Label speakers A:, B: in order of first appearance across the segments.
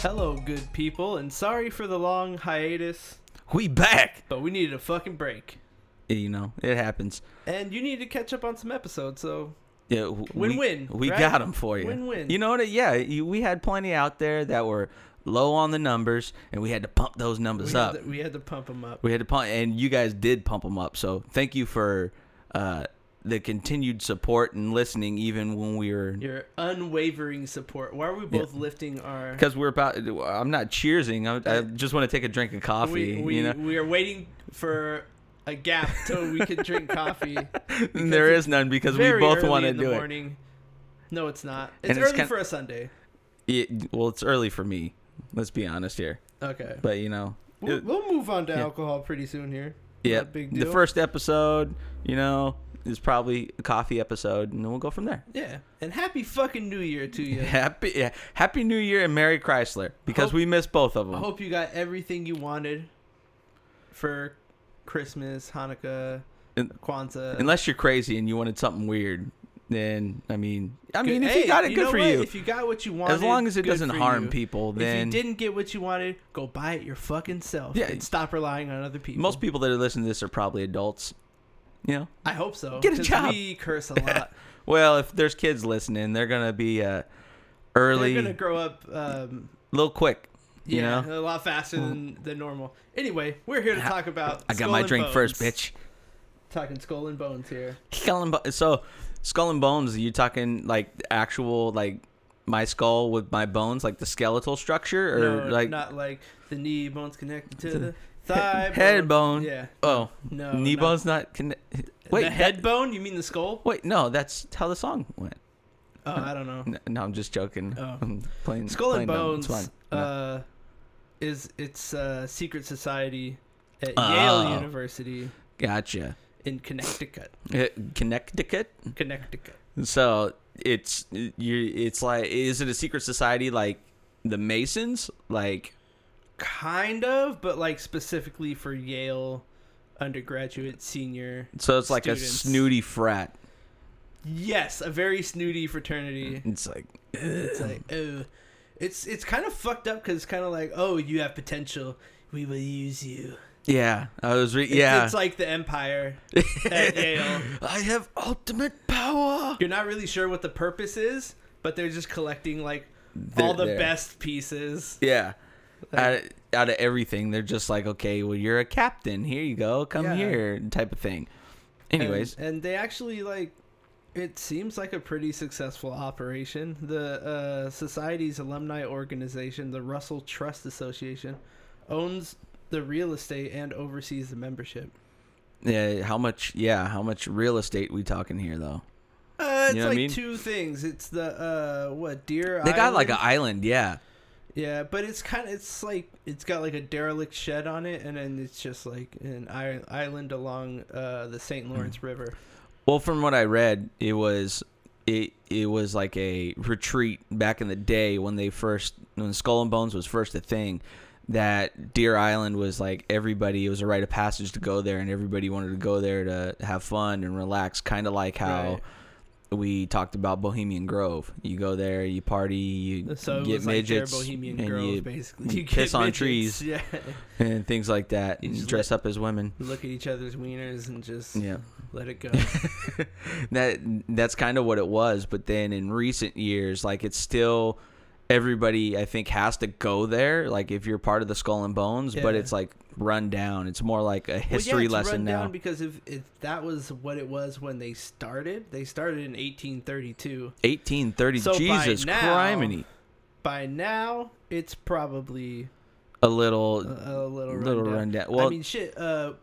A: Hello, good people, and sorry for the long hiatus,
B: We back.
A: but we needed a fucking break.
B: You know, it happens.
A: And you need to catch up on some episodes, so
B: Yeah, w- we-
A: Win-win,
B: We,
A: right?
B: got them for you.
A: Win-win.
B: You know what? Yeah, you, we had plenty out there that were low on the numbers, and we had to pump those
A: we
B: numbers
A: had,
B: up.
A: to, we had to pump them up.
B: we had to pump, and you guys did pump them up. So thank you for uh, the continued support and listening, even when we were
A: Your unwavering support. Why are we both lifting our.
B: because we're about. I'm not cheersing. I, I just want to take a drink of coffee.
A: we, we,
B: you know,
A: we are waiting for a gap till we could drink coffee.
B: And there
A: it's
B: is none because we
A: Very
B: both
A: early
B: want to
A: in the
B: do it.
A: morning. No, it's not. It's
B: And it's
A: early
B: kin-
A: for a Sunday.
B: it. Well, it's early for me. Let's be honest here.
A: Okay.
B: But you know,
A: We'll,
B: it-
A: we'll move on to
B: yeah.
A: alcohol pretty soon here.
B: Yeah,
A: Not a big
B: the
A: deal.
B: first episode, you know, is probably a coffee episode, and then we'll go from there.
A: Yeah. And happy fucking new year to you.
B: Happy, yeah, happy New Year and Merry Chrysler because
A: Hope-
B: we missed both of
A: I
B: them.
A: hope you got everything you wanted for Christmas, Hanukkah,
B: Un-
A: Kwanzaa.
B: Unless you're crazy and you wanted something weird, then I mean, I mean, if
A: Hey,
B: you got it, good
A: know
B: for
A: what?
B: you.
A: If you got what you wanted,
B: As long as it
A: good
B: doesn't
A: for
B: harm
A: you.
B: people,
A: if
B: then
A: you didn't get what you wanted, go buy it your fucking self.
B: Yeah.
A: and stop relying on other people.
B: most people that are listening to this are probably adults. You know,
A: I hope so.
B: Get a
A: 'cause
B: job.
A: We curse a lot.
B: well, if there's kids listening, they're gonna be uh, early,
A: They're gonna grow up. Um,
B: little quick. You
A: yeah,
B: know,
A: a lot faster than, than normal. Anyway, we're here to talk about.
B: I got
A: Skull
B: my
A: and
B: drink first,
A: Bones.
B: bitch.
A: Talking skull and bones here.
B: Skull and Bo- so Skull and Bones. Are you talking like the actual like my skull with my bones, like the skeletal structure, or
A: no,
B: like
A: not like the knee bones connected to the thigh
B: head bone?
A: Yeah.
B: Oh,
A: No.
B: knee
A: not-
B: bones not connected. Wait,
A: the
B: that-
A: head bone? You mean the skull?
B: wait, no, that's how the song went.
A: Oh, I don't know.
B: No, no, I'm just joking.
A: Oh.
B: I'm playing
A: Skull and
B: playing dumb. It's
A: Bones
B: fine. No.
A: uh, is its uh, secret society at
B: Oh.
A: Yale University
B: gotcha.
A: in Connecticut.
B: Uh, Connecticut.
A: Connecticut.
B: So it's you. It's like is it a secret society like the Masons? Like
A: Kind of, but like specifically for Yale undergraduate senior.
B: so it's like a
A: Students.
B: snooty frat.
A: Yes, a very snooty fraternity.
B: It's like
A: It's like, oh, it's it's kind of fucked up because it's kind of like, oh, you have potential. We will use you.
B: Yeah, I was re-
A: It's,
B: yeah.
A: it's like the Empire at Yale.
B: I have ultimate power.
A: You're not really sure what the purpose is, but they're just collecting like all the
B: They're- they're-
A: best pieces.
B: Yeah, out, out of everything, they're just like, okay, well, you're a captain. Here you go, come
A: Yeah.
B: here, type of thing. Anyways,
A: and, and they actually like it seems like a pretty successful operation. The uh, society's alumni organization, the Russell Trust Association, owns the real estate and oversees the membership.
B: yeah, how much? Yeah, how much real estate we talking here though?
A: Uh, it's
B: You know what I
A: like
B: mean?
A: two things. It's the uh, what deer.
B: They got like
A: Island?
B: an island. Yeah,
A: yeah, but it's kind of it's like it's got like a derelict shed on it, and then it's just like an i- island along uh, the St. Lawrence
B: Mm.
A: River.
B: Well, from what I read, it was it it was like a retreat back in the day when they first when Skull and Bones was first a thing. That Deer Island was like everybody. It was a rite of passage to go there, and everybody wanted to go there to have fun and relax, kind of like how
A: Right.
B: we talked about Bohemian Grove. You go there, you party, you
A: So it was
B: get
A: like their
B: midgets,
A: Bohemian
B: and
A: Grove,
B: you-
A: basically.
B: you piss
A: get
B: on
A: midgets,
B: trees.
A: Yeah.
B: and things like that,
A: You
B: and
A: just
B: dress up as women.
A: Look at each other's wieners and just
B: Yeah.
A: let it go.
B: that that's kind of what it was but then in recent years like it's still everybody i think has to go there like if you're part of the skull and bones but
A: Yeah.
B: it's like run down it's more like a history
A: well, yeah, it's
B: lesson
A: run
B: now
A: down because if, if that was what it was when they started, they started in 1832.
B: 1830
A: So by
B: jesus
A: now-
B: criminy
A: By now, it's probably
B: a
A: a,
B: little
A: a little
B: little
A: rundown.
B: rundown well
A: I mean, shit. Uh,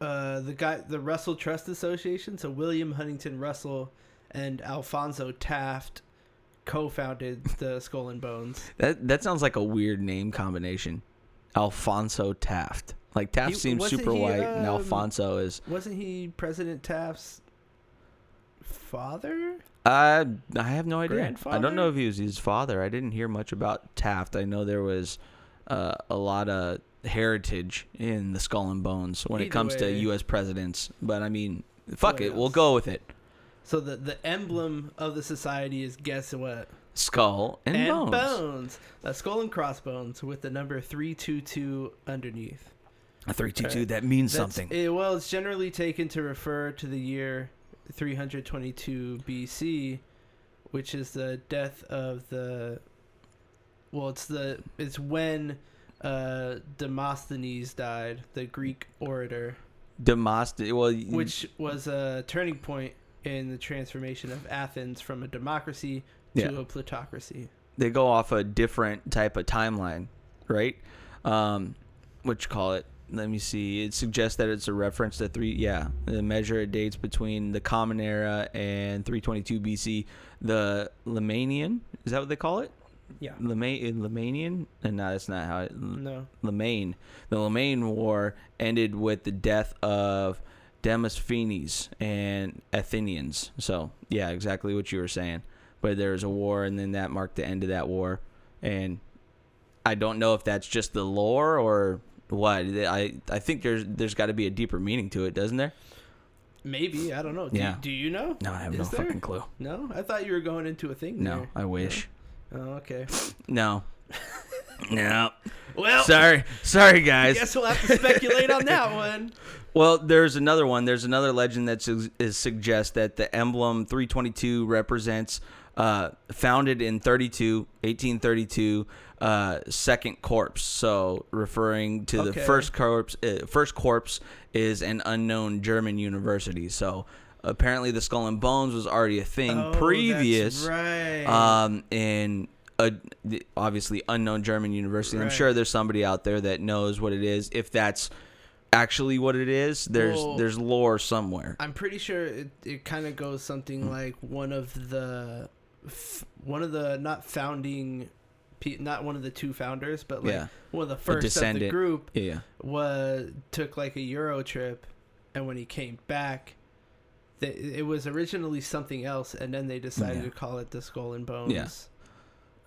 A: uh, the guy, the Russell Trust Association, so William Huntington Russell and Alfonso Taft co-founded the Skull and Bones.
B: that that sounds like a weird name combination alfonso taft like taft
A: He-
B: seems
A: wasn't
B: super
A: he,
B: white and
A: um,
B: alfonso is
A: Wasn't he President Taft's father?
B: Uh, I have no idea. I
A: Grandfather?
B: don't know if he was his father. I didn't hear much about Taft. I know there was uh, a lot of heritage in the Skull and Bones when it
A: Either
B: comes to
A: way.
B: U.S. presidents. But I mean, fuck
A: What
B: it, we'll
A: else?
B: go with it.
A: So the the emblem of the society is guess what?
B: Skull and,
A: and
B: bones.
A: bones. Uh, skull and crossbones with the number 322 underneath.
B: A three two two. That means
A: That's-
B: something.
A: eh, well, it's generally taken to refer to the year 322 BC, which is the death of the. Well, it's the it's when uh, Demosthenes died, the Greek orator,
B: Demosthenes. Well, y-
A: which was a turning point in the transformation of Athens from a democracy to
B: Yeah.
A: a plutocracy.
B: they go off a different type of timeline, right? Um, what you call it? Let me see. It suggests that it's a reference to three. Yeah, the measure it dates between the Common Era and 322 BC. The Lemanian is that what they call it?
A: Yeah.
B: Lema- Lemanian? Uh, No, that's not how it.
A: Mm, No.
B: Lemaine. The Lemaine War ended with the death of Demosthenes and Athenians. So, yeah, exactly what you were saying. But there was a war, and then that marked the end of that war. And I don't know if that's just the lore or what. I I think there's there's got to be a deeper meaning to it, doesn't there?
A: Maybe I don't know. Do,
B: Yeah.
A: do you know?
B: No, I have
A: Is
B: no
A: there?
B: fucking clue.
A: No, I thought you were going into a thing.
B: No, I wish.
A: there. Oh, okay.
B: No. no.
A: Well,
B: Sorry. Sorry,
A: I
B: guys.
A: guess we'll have to speculate on that one.
B: Well, there's another one. There's another legend that su- is suggests that the emblem 322 represents uh, founded in 32, 1832, uh, second corpse. So referring to the
A: Okay.
B: first corpse, uh, first corpse is an unknown German university. So apparently, the skull and bones was already a thing
A: Oh, that's
B: previous
A: right?
B: um, in a the- obviously unknown German university. I'm
A: Right.
B: sure there's somebody out there that knows what it is. If that's actually what it is, there's
A: Well-
B: there's lore somewhere.
A: I'm pretty sure it, it kind of goes
B: Hmm.
A: something like one of the f- one of the not founding, pe- not one of the two founders, but like
B: Yeah.
A: one of the first of the
B: descendant.
A: group
B: Yeah,
A: was took like a Euro trip, and when he came back. th- It was originally something else, and then they decided
B: Yeah.
A: to call it the Skull and Bones.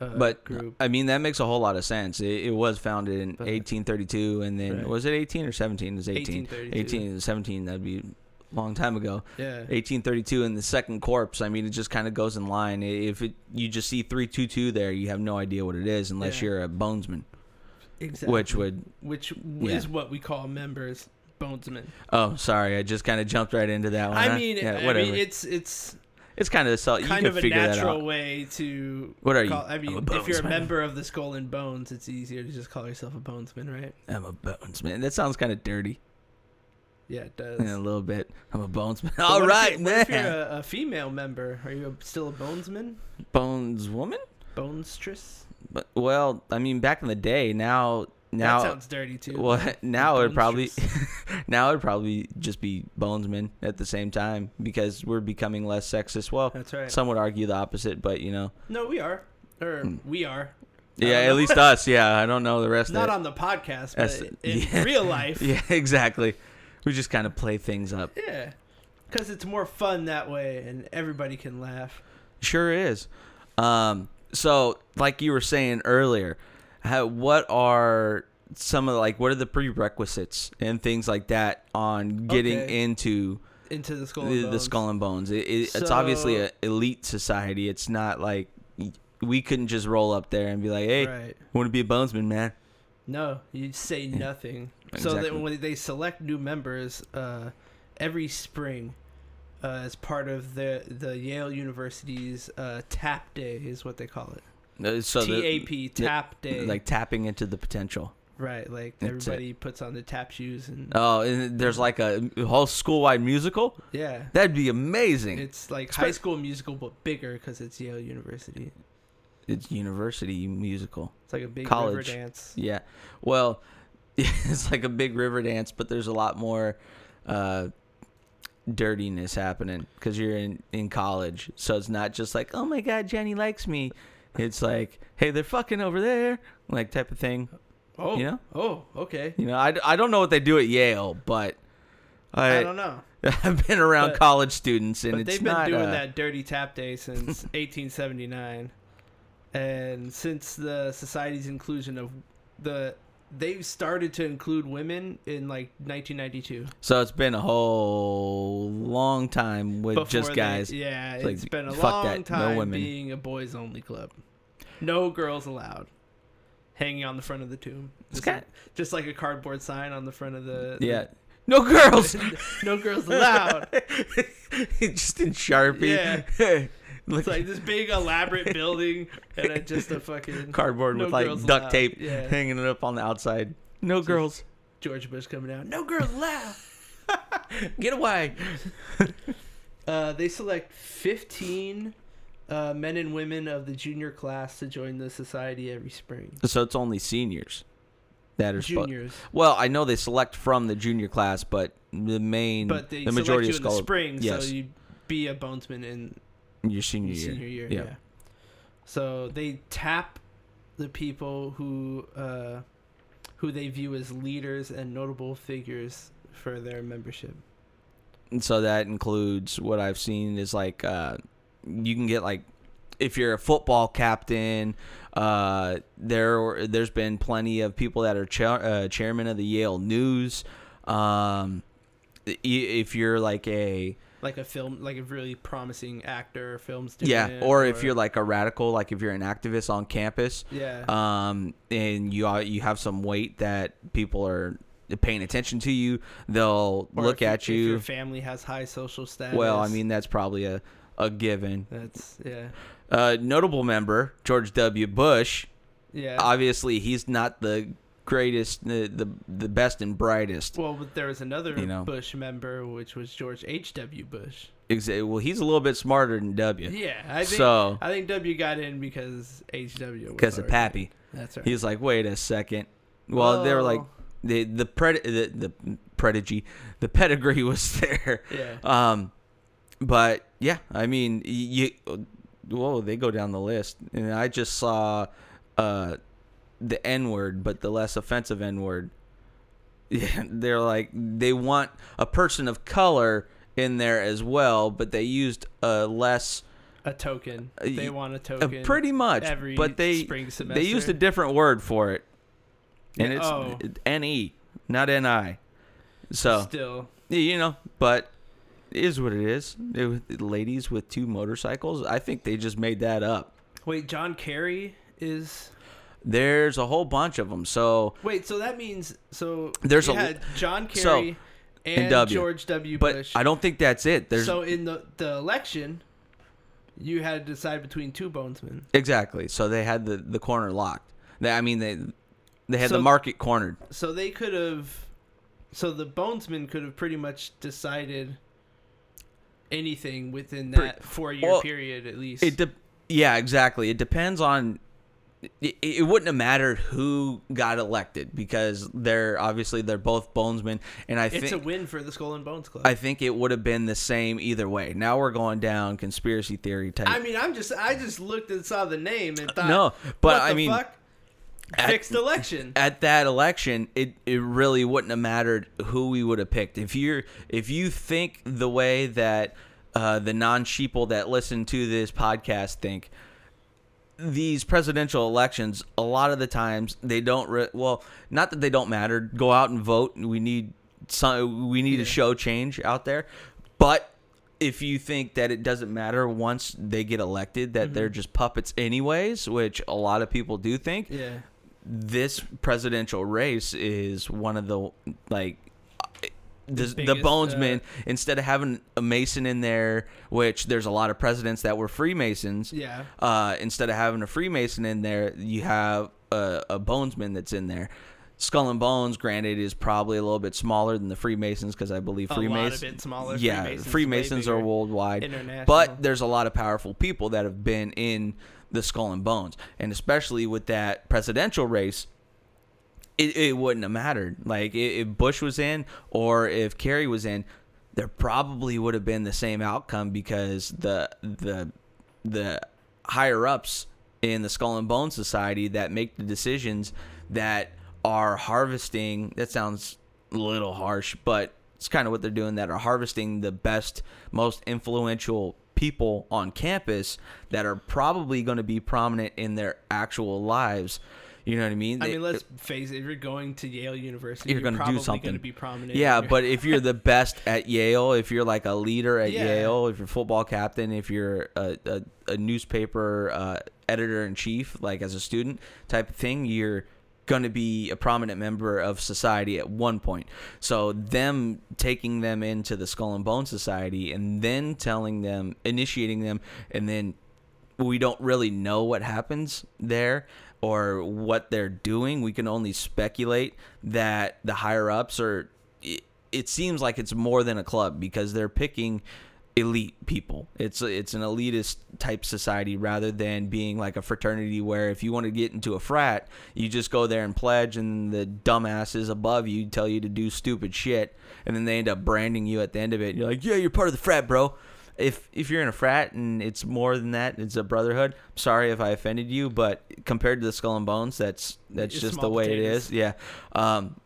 A: Uh,
B: but
A: group.
B: I mean that makes a whole lot of sense. It, it was founded in
A: But-
B: 1832, and then
A: Right.
B: was it 18 or 17? It was 18.
A: 1832.
B: 18 and 17. That'd be a long time ago.
A: Yeah.
B: 1832 and the second corpse. I mean, it just kind of goes in line. I- If it, you just see 322 there, you have no idea what it is unless
A: Yeah.
B: you're a bonesman,
A: Exactly.
B: which would
A: which
B: Yeah.
A: is what we call members bonesmen.
B: Oh, sorry, I just kind of jumped right into that one. huh?
A: I mean,
B: Uh-huh. yeah,
A: I
B: whatever.
A: mean, it's it's
B: it's kind of so you
A: kind
B: can
A: of a
B: figure that out.
A: natural way to
B: What are
A: call.
B: you?
A: I mean,
B: I'm a
A: if you're a
B: bonesman.
A: member of the Skull and Bones, it's easier to just call yourself a bonesman, right?
B: I'm a bonesman. That sounds kind of dirty
A: Yeah, it does.
B: yeah, a little bit. I'm a bonesman.
A: But what
B: All
A: if
B: right,
A: you- what If you're
B: man.
A: a, a female member, are you still a bonesman?
B: Bones woman.
A: Bonestress?
B: But well, I mean, back in the day, now now
A: that sounds dirty too.
B: well now it'd probably
A: Bonestress.
B: now it'd probably just be bonesman at the same time because we're becoming less sexist. Well,
A: That's right.
B: some would argue the opposite, but you know,
A: no, we are, or
B: Hmm.
A: we are. I
B: yeah,
A: don't
B: at
A: know.
B: least us. Yeah, I don't know the rest.
A: Not
B: of
A: on the podcast,
B: That's-
A: but in
B: yeah.
A: real life.
B: Yeah, exactly. We just kind of play things up.
A: Yeah, because it's more fun that way, and everybody can laugh.
B: Sure is. Um, so, like you were saying earlier, how, what are some of like what are the prerequisites and things like that on getting
A: Okay.
B: into
A: Into the skull. and
B: the, the
A: bones.
B: skull and bones? It, it, it's obviously
A: So-
B: an elite society. It's not like y- we couldn't just roll up there and be like, "Hey,
A: Right.
B: want to be a bonesman, man?"
A: No, you say nothing. So
B: Exactly.
A: that when they select new members uh, every spring, uh, as part of the the Yale University's uh, Tap Day is what they call it.
B: Uh, So the-
A: TAP Tap Day.
B: like tapping into the potential.
A: right, like
B: That's it.
A: everybody puts on the tap shoes and
B: Oh, and there's like a whole school-wide musical.
A: yeah.
B: That'd be amazing.
A: It's like
B: It's
A: High
B: pretty-
A: School Musical, but bigger because it's Yale University.
B: it's university musical.
A: It's like a big river
B: College.
A: dance.
B: Yeah. Well, it's like a big river dance, but there's a lot more uh, dirtiness happening because you're in, in college. So it's not just like, oh my God, Jenny likes me. It's like, hey, they're fucking over there, like type of thing.
A: Oh,
B: You know?
A: oh, okay.
B: You know, I, d- I don't know what they do at Yale, but I,
A: I don't know.
B: I've been around
A: But-
B: college students and
A: But
B: it's
A: they've been
B: not.
A: doing
B: uh,
A: that dirty tap day since 1879. And since the society's inclusion of the they started to include women in like 1992.
B: So it's been a whole long time with just
A: Before they-
B: guys.
A: yeah,
B: It's like,
A: it's been a
B: fuck that,
A: long
B: no
A: time
B: women.
A: being a boys only club. No girls allowed. Hanging on the front of the tomb.
B: It's
A: Just,
B: kind-
A: like, just like a cardboard sign on the front of the
B: yeah. No girls.
A: no girls allowed.
B: just in Sharpie.
A: It's like this big elaborate building and a, just a fucking
B: cardboard
A: no
B: with like
A: girls
B: duct
A: allowed.
B: tape
A: Yeah.
B: hanging it up on the outside. No girls.
A: George Bush coming out. No girls allowed.
B: Get away.
A: Uh, they select 15 uh, men and women of the junior class to join the society every spring.
B: So it's only seniors that are spo-
A: Juniors,
B: Well, I know they select from the junior class, but the main
A: but they
B: the
A: select
B: majority
A: you
B: of
A: in the
B: scholars
A: spring,
B: yes.
A: so you be a bonesman in
B: your senior year.
A: senior year.
B: Yeah.
A: yeah. So they tap the people who uh, who they view as leaders and notable figures for their membership.
B: And so that includes what I've seen is like uh, you can get like if you're a football captain, uh, there there's been plenty of people that are chair, uh, chairman of the Yale News. Um, i- if you're like a
A: Like a film, like a really promising actor, or film student.
B: yeah, or, if you're like a radical, like if you're an activist on campus,
A: yeah,
B: um, and you are, you have some weight that people are paying attention to you, they'll
A: Or
B: look
A: if-
B: at
A: If
B: you.
A: your family has high social status.
B: Well, I mean that's probably a a given.
A: that's yeah,
B: Uh, notable member George W. Bush.
A: yeah.
B: Obviously, he's not the greatest, the the, the best and brightest.
A: well, but there was another
B: you know.
A: Bush member, which was George H. W. Bush.
B: Exa- Well, he's a little bit smarter than W.
A: Yeah, I think
B: so
A: I think W. got in because H. W.
B: because of Pappy,
A: That's right.
B: he's like, wait a second. Well, they were like
A: Oh.
B: the the pred the, the prodigy, the pedigree was there.
A: yeah.
B: Um, but yeah, I mean, y- you whoa, they go down the list, and I just saw uh the N word, but the less offensive N word. Yeah, they're like they want a person of color in there as well, but they used a less,
A: a token.
B: Uh, y-
A: They want a
B: uh,
A: token.
B: pretty much,
A: every
B: but they
A: spring semester.
B: they used a different word for it, and
A: Yeah,
B: it's
A: oh.
B: N E, not N I. So
A: still.
B: yeah, you know, but it is what it is. It was- ladies with two motorcycles, I think they just made that up.
A: Wait, John Kerry is
B: There's a whole bunch of them. So,
A: wait. So that means so
B: There's
A: you
B: a-
A: had John Kerry
B: so,
A: and,
B: W.
A: George W.
B: but
A: Bush.
B: I don't think that's it. There's
A: so in the the election, you had to decide between two bonesmen.
B: exactly. So they had the the corner locked. They, I mean they they had
A: So-
B: the market cornered.
A: So they could have. So the bonesmen could have pretty much decided anything within
B: Pre-
A: that four year
B: well,
A: period at least.
B: It de- yeah, exactly. It depends on it, it wouldn't have mattered who got elected because they're obviously they're both bonesmen and I
A: it's
B: think
A: a win for the Skull and Bones Club.
B: I think it would have been the same either way. Now we're going down conspiracy theory type.
A: I mean, I'm just I just looked and saw the name and thought,
B: No, but
A: what
B: I
A: the
B: mean,
A: fuck?
B: at-
A: fixed election.
B: at that election, it, it really wouldn't have mattered who we would have picked. If you're if you think the way that uh, the non sheeple that listen to this podcast think, these presidential elections, a lot of the times they don't. Re- well, not that they don't matter. Go out and vote. We need some. We need a show change out there, but. If you think that it doesn't matter once they get elected, that they're just puppets anyways, which a lot of people do think,
A: yeah,
B: this presidential race is one of the like the, the,
A: biggest,
B: bonesmen
A: uh,
B: instead of having a mason in there which there's a lot of presidents that were freemasons
A: yeah.
B: uh, instead of having a freemason in there you have a, a bonesman that's in there skull and bones granted is probably a little bit smaller than the freemasons because i believe
A: A lot of
B: freemasons
A: bit smaller.
B: yeah
A: Freemasons,
B: freemasons,
A: way
B: are
A: bigger.
B: worldwide
A: international.
B: but there's a lot of powerful people that have been in the skull and bones and especially with that presidential race it, it wouldn't have mattered like i- if bush was in or if kerry was in there probably would have been the same outcome because the the the higher ups in the skull and bone society that make the decisions that are harvesting that sounds a little harsh but it's kind of what they're doing that are harvesting the best most influential people on campus that are probably going to be prominent in their actual lives You know what I mean?
A: I
B: They-
A: mean, let's face it. If you're going to Yale University,
B: You're
A: you're,
B: gonna do
A: probably
B: something.
A: Going to be prominent.
B: yeah,
A: in your-
B: but if you're the best at Yale, if you're like a leader at
A: Yeah.
B: Yale, if you're football captain, if you're a, a, a newspaper uh, editor in chief, like as a student type of thing, you're gonna be a prominent member of society at one point. So them taking them into the Skull and Bone Society and then telling them, initiating them, and then we don't really know what happens there or what they're doing. We can only speculate that the higher ups are. It, it seems like it's more than a club because they're picking elite people. It's it's an elitist type society rather than being like a fraternity where if you want to get into a frat, you just go there and pledge, and the dumbasses above you tell you to do stupid shit, and then they end up branding you at the end of it. you're like, yeah, you're part of the frat, bro if if you're in a frat and it's more than that, it's a brotherhood. Sorry if I offended you, but compared to the Skull and Bones, that's that's
A: It's
B: just the
A: small
B: way
A: potatoes.
B: it is. Yeah. Um,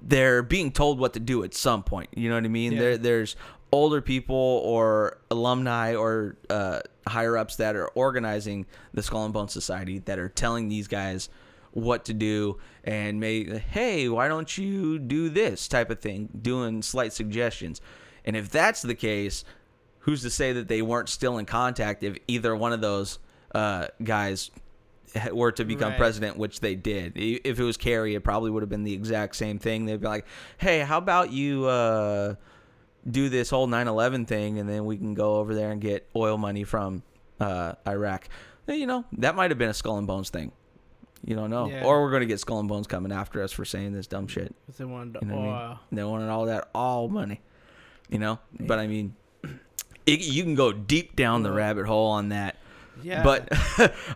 B: they're being told what to do at some point. You know what I mean?
A: Yeah.
B: There there's older people or alumni or uh, higher ups that are organizing the Skull and Bones Society that are telling these guys what to do and may hey why don't you do this type of thing doing slight suggestions and if that's the case who's to say that they weren't still in contact if either one of those uh, guys ha- were to become
A: Right.
B: president, which they did. I- If it was Kerry, it probably would have been the exact same thing. They'd be like, "Hey, how about you uh, do this whole 9/11 thing, and then we can go over there and get oil money from uh, Iraq." Eh, You know, that might have been a skull and bones thing. You don't know,
A: Yeah.
B: or we're gonna get skull and bones coming after us for saying this dumb shit.
A: If they wanted to,
B: You know what I
A: oh,
B: mean? They wanted all that all money, you know. But I mean, it, you can go deep down the rabbit hole on that.
A: yeah.
B: But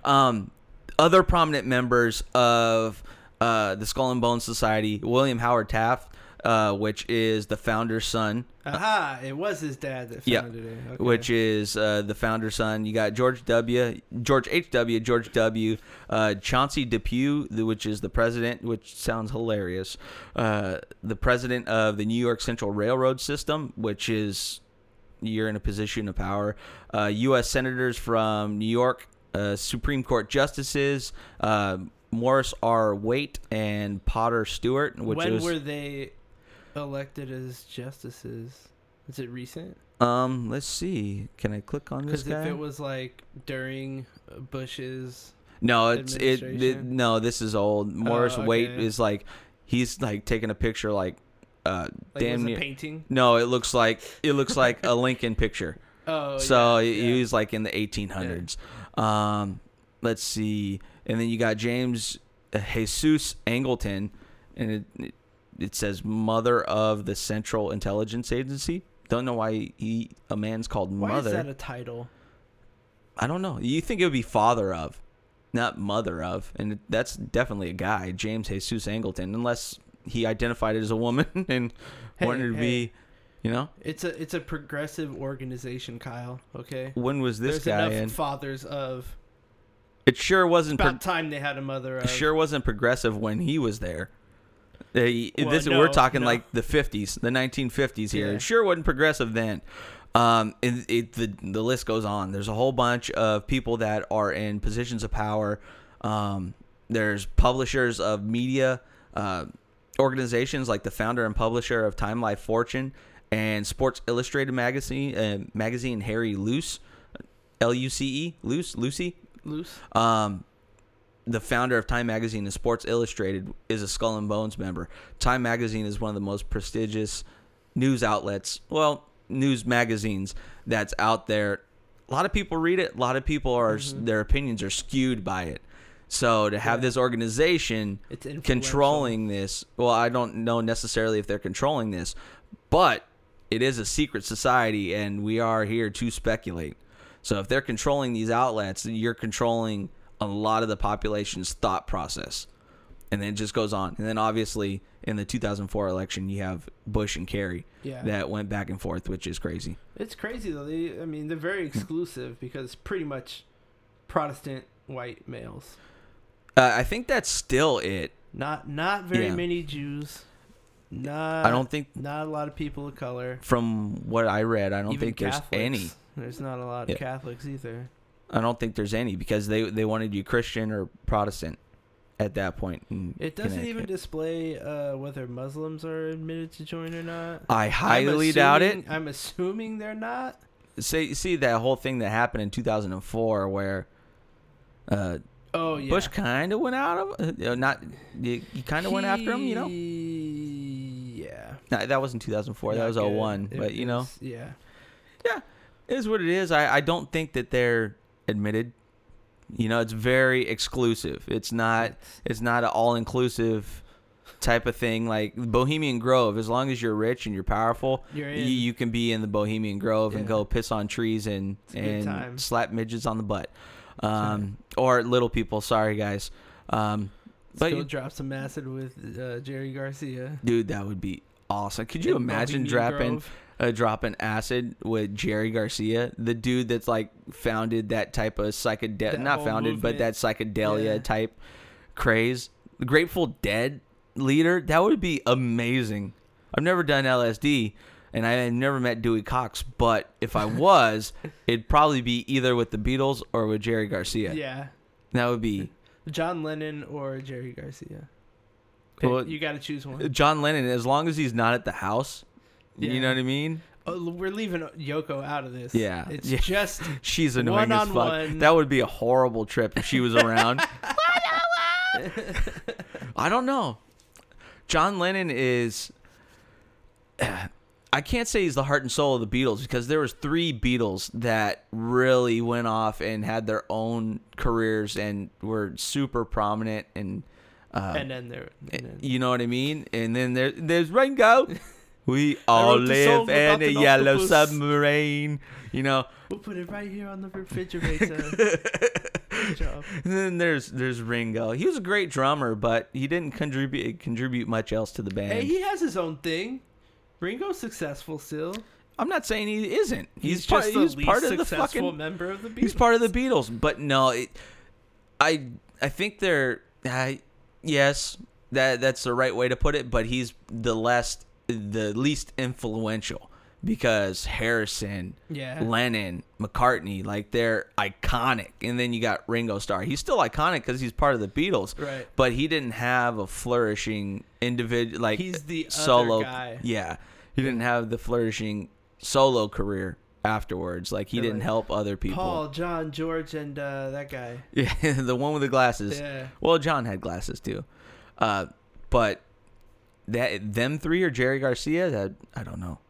B: um, other prominent members of uh, the Skull and Bones Society, William Howard Taft, uh, which is the founder's son,
A: aha, it was his dad that
B: Yeah,
A: founded it. Okay.
B: which is uh, the founder's son. You got George W. George H. W. George W. Uh, Chauncey Depew, the- which is the president, which sounds hilarious. Uh, the president of the New York Central Railroad system, which is you're in a position of power. Uh, U.S. senators from New York, uh, Supreme Court justices. Uh, Morris R. Waite and Potter Stewart, which
A: when
B: is
A: were they elected as justices? Is it recent?
B: um. Let's see. Can I click on this
A: Because
B: guy?
A: if it was like during Bush's,
B: No, it's it, th-
A: administration?
B: No, this is old. Morris
A: Oh,
B: Waite
A: okay.
B: is like he's like taking a picture like uh
A: like
B: damn
A: was
B: near.
A: a painting.
B: no, it looks like it looks like a Lincoln picture.
A: Oh,
B: so
A: yeah,
B: he-
A: yeah.
B: he was like in the 1800s. Um, let's see, and then you got James uh, Jesus Angleton, and it- it it says mother of the Central Intelligence Agency. Don't know why he a man's called
A: Why
B: mother.
A: is that a title?
B: I don't know. You think it would be father of, not mother of, and that's definitely a guy, James Jesus Angleton, unless he identified as a woman and
A: Hey,
B: wanted to be, you know.
A: It's a it's a progressive organization, Kyle. Okay.
B: When was
A: There's
B: this guy
A: enough
B: in?
A: fathers of.
B: It sure wasn't.
A: About
B: Pro-
A: time they had a mother.
B: it
A: Of.
B: sure wasn't progressive when he was there. They,
A: Well,
B: this
A: no,
B: we're talking
A: no.
B: like the 50s, the 1950s here.
A: Yeah.
B: It sure wasn't progressive then. Um, and it, the the list goes on. There's a whole bunch of people that are in positions of power. Um, there's publishers of media uh, organizations like the founder and publisher of Time Life Fortune and Sports Illustrated magazine uh, magazine Harry Luce, L U C E Luce Lucy
A: Loose.
B: um, the founder of Time Magazine and Sports Illustrated is a Skull and Bones member. Time Magazine is one of the most prestigious news outlets, well, news magazines that's out there. A lot of people read it. A lot of people are their opinions are skewed by it. So to have
A: Mm-hmm. Yeah.
B: this organization
A: It's influential.
B: controlling this, well, I don't know necessarily if they're controlling this, but it is a secret society, and we are here to speculate. So if they're controlling these outlets, you're controlling a lot of the population's thought process. And then it just goes on. And then obviously in the 2004 election, you have Bush and Kerry
A: Yeah.
B: that went back and forth, which is crazy.
A: It's crazy though. They, I mean, they're very exclusive because pretty much Protestant white males.
B: Uh, I think that's still it.
A: Not not very
B: Yeah.
A: many Jews. Not
B: I don't think,
A: not a lot of people of color.
B: from what I read, I don't
A: Even
B: think there's any.
A: Catholics. There's not a lot
B: Yeah.
A: of Catholics either.
B: I don't think there's any because they they wanted you Christian or Protestant at that point. in
A: It doesn't even
B: Connecticut.
A: display uh, whether Muslims are admitted to join or not.
B: I
A: I'm
B: highly doubt it.
A: assuming- I'm assuming they're not.
B: See, see that whole thing that happened in 2004 where uh,
A: Oh yeah,
B: Bush kind of went out of uh, not you, kind of went after him, you know.
A: He- Yeah.
B: No, that wasn't 2004. that
A: Not
B: was
A: good.
B: 01.
A: It
B: But you know,
A: was- yeah.
B: it is what it is. I I don't think that they're admitted. You know, it's very exclusive. It's not it's not an all inclusive type of thing like Bohemian Grove. As long as you're rich and you're powerful,
A: You're
B: y-
A: in.
B: you can be in the Bohemian Grove and
A: Yeah.
B: go piss on trees and
A: It's a good time.
B: and slap midgets on the butt, um, or little people. Sorry guys, um,
A: Let's
B: but
A: go drop some acid with uh, Jerry Garcia.
B: dude, that would be awesome. Could you
A: in
B: imagine
A: Bohemian
B: dropping
A: Grove.
B: uh, dropping acid with Jerry Garcia, the dude that's like founded that type of psychedelic,
A: That
B: not
A: whole
B: founded, but
A: movement.
B: that psychedelia
A: Yeah.
B: type craze. The Grateful Dead leader, that would be amazing. I've never done LSD and I had never met Dewey Cox, but if I was, it'd probably be either with the Beatles or with Jerry Garcia.
A: Yeah.
B: That would be
A: John Lennon or Jerry Garcia. Pick-
B: Well,
A: you got to choose one.
B: John Lennon, as long as he's not at the house. You
A: Yeah.
B: know what I mean?
A: Oh, we're leaving Yoko out of this.
B: Yeah.
A: It's
B: Yeah.
A: just
B: She's annoying as fuck.
A: One-on-one.
B: That would be a horrible trip if she was around. I don't know. John Lennon is. I can't say he's the heart and soul of the Beatles because there was three Beatles that really went off and had their own careers and were super prominent and. Uh,
A: and then there. And then.
B: you know what I mean? And then there, there's Ringo.
A: I
B: We all
A: wrote this song
B: live in
A: about
B: a
A: an
B: yellow
A: octopus.
B: submarine. You know,
A: We'll put it right here on the refrigerator. Good job.
B: And then there's there's Ringo. He was a great drummer, but he didn't contribute contribute much else to the band.
A: Hey, he has his own thing. Ringo's successful still.
B: I'm not saying he isn't. He's,
A: He's
B: part,
A: just the
B: he's
A: least
B: part of the
A: successful
B: fucking.
A: member of the Beatles.
B: He's part of the Beatles, but no, it, I I think they're I, yes that that's the right way to put it. But he's the less the least influential because Harrison,
A: Yeah.
B: Lennon, McCartney, like they're iconic, and then you got Ringo Starr. He's still iconic because he's part of the Beatles,
A: Right.
B: But he didn't have a flourishing individual like
A: He's the other
B: solo
A: guy.
B: Yeah, he didn't have the flourishing solo career afterwards. Like he
A: They're
B: didn't
A: like,
B: help other people.
A: Paul, John, George, and uh, that guy.
B: Yeah, the one with the glasses.
A: Yeah.
B: Well, John had glasses too, uh, but that them three or Jerry Garcia. That I don't know.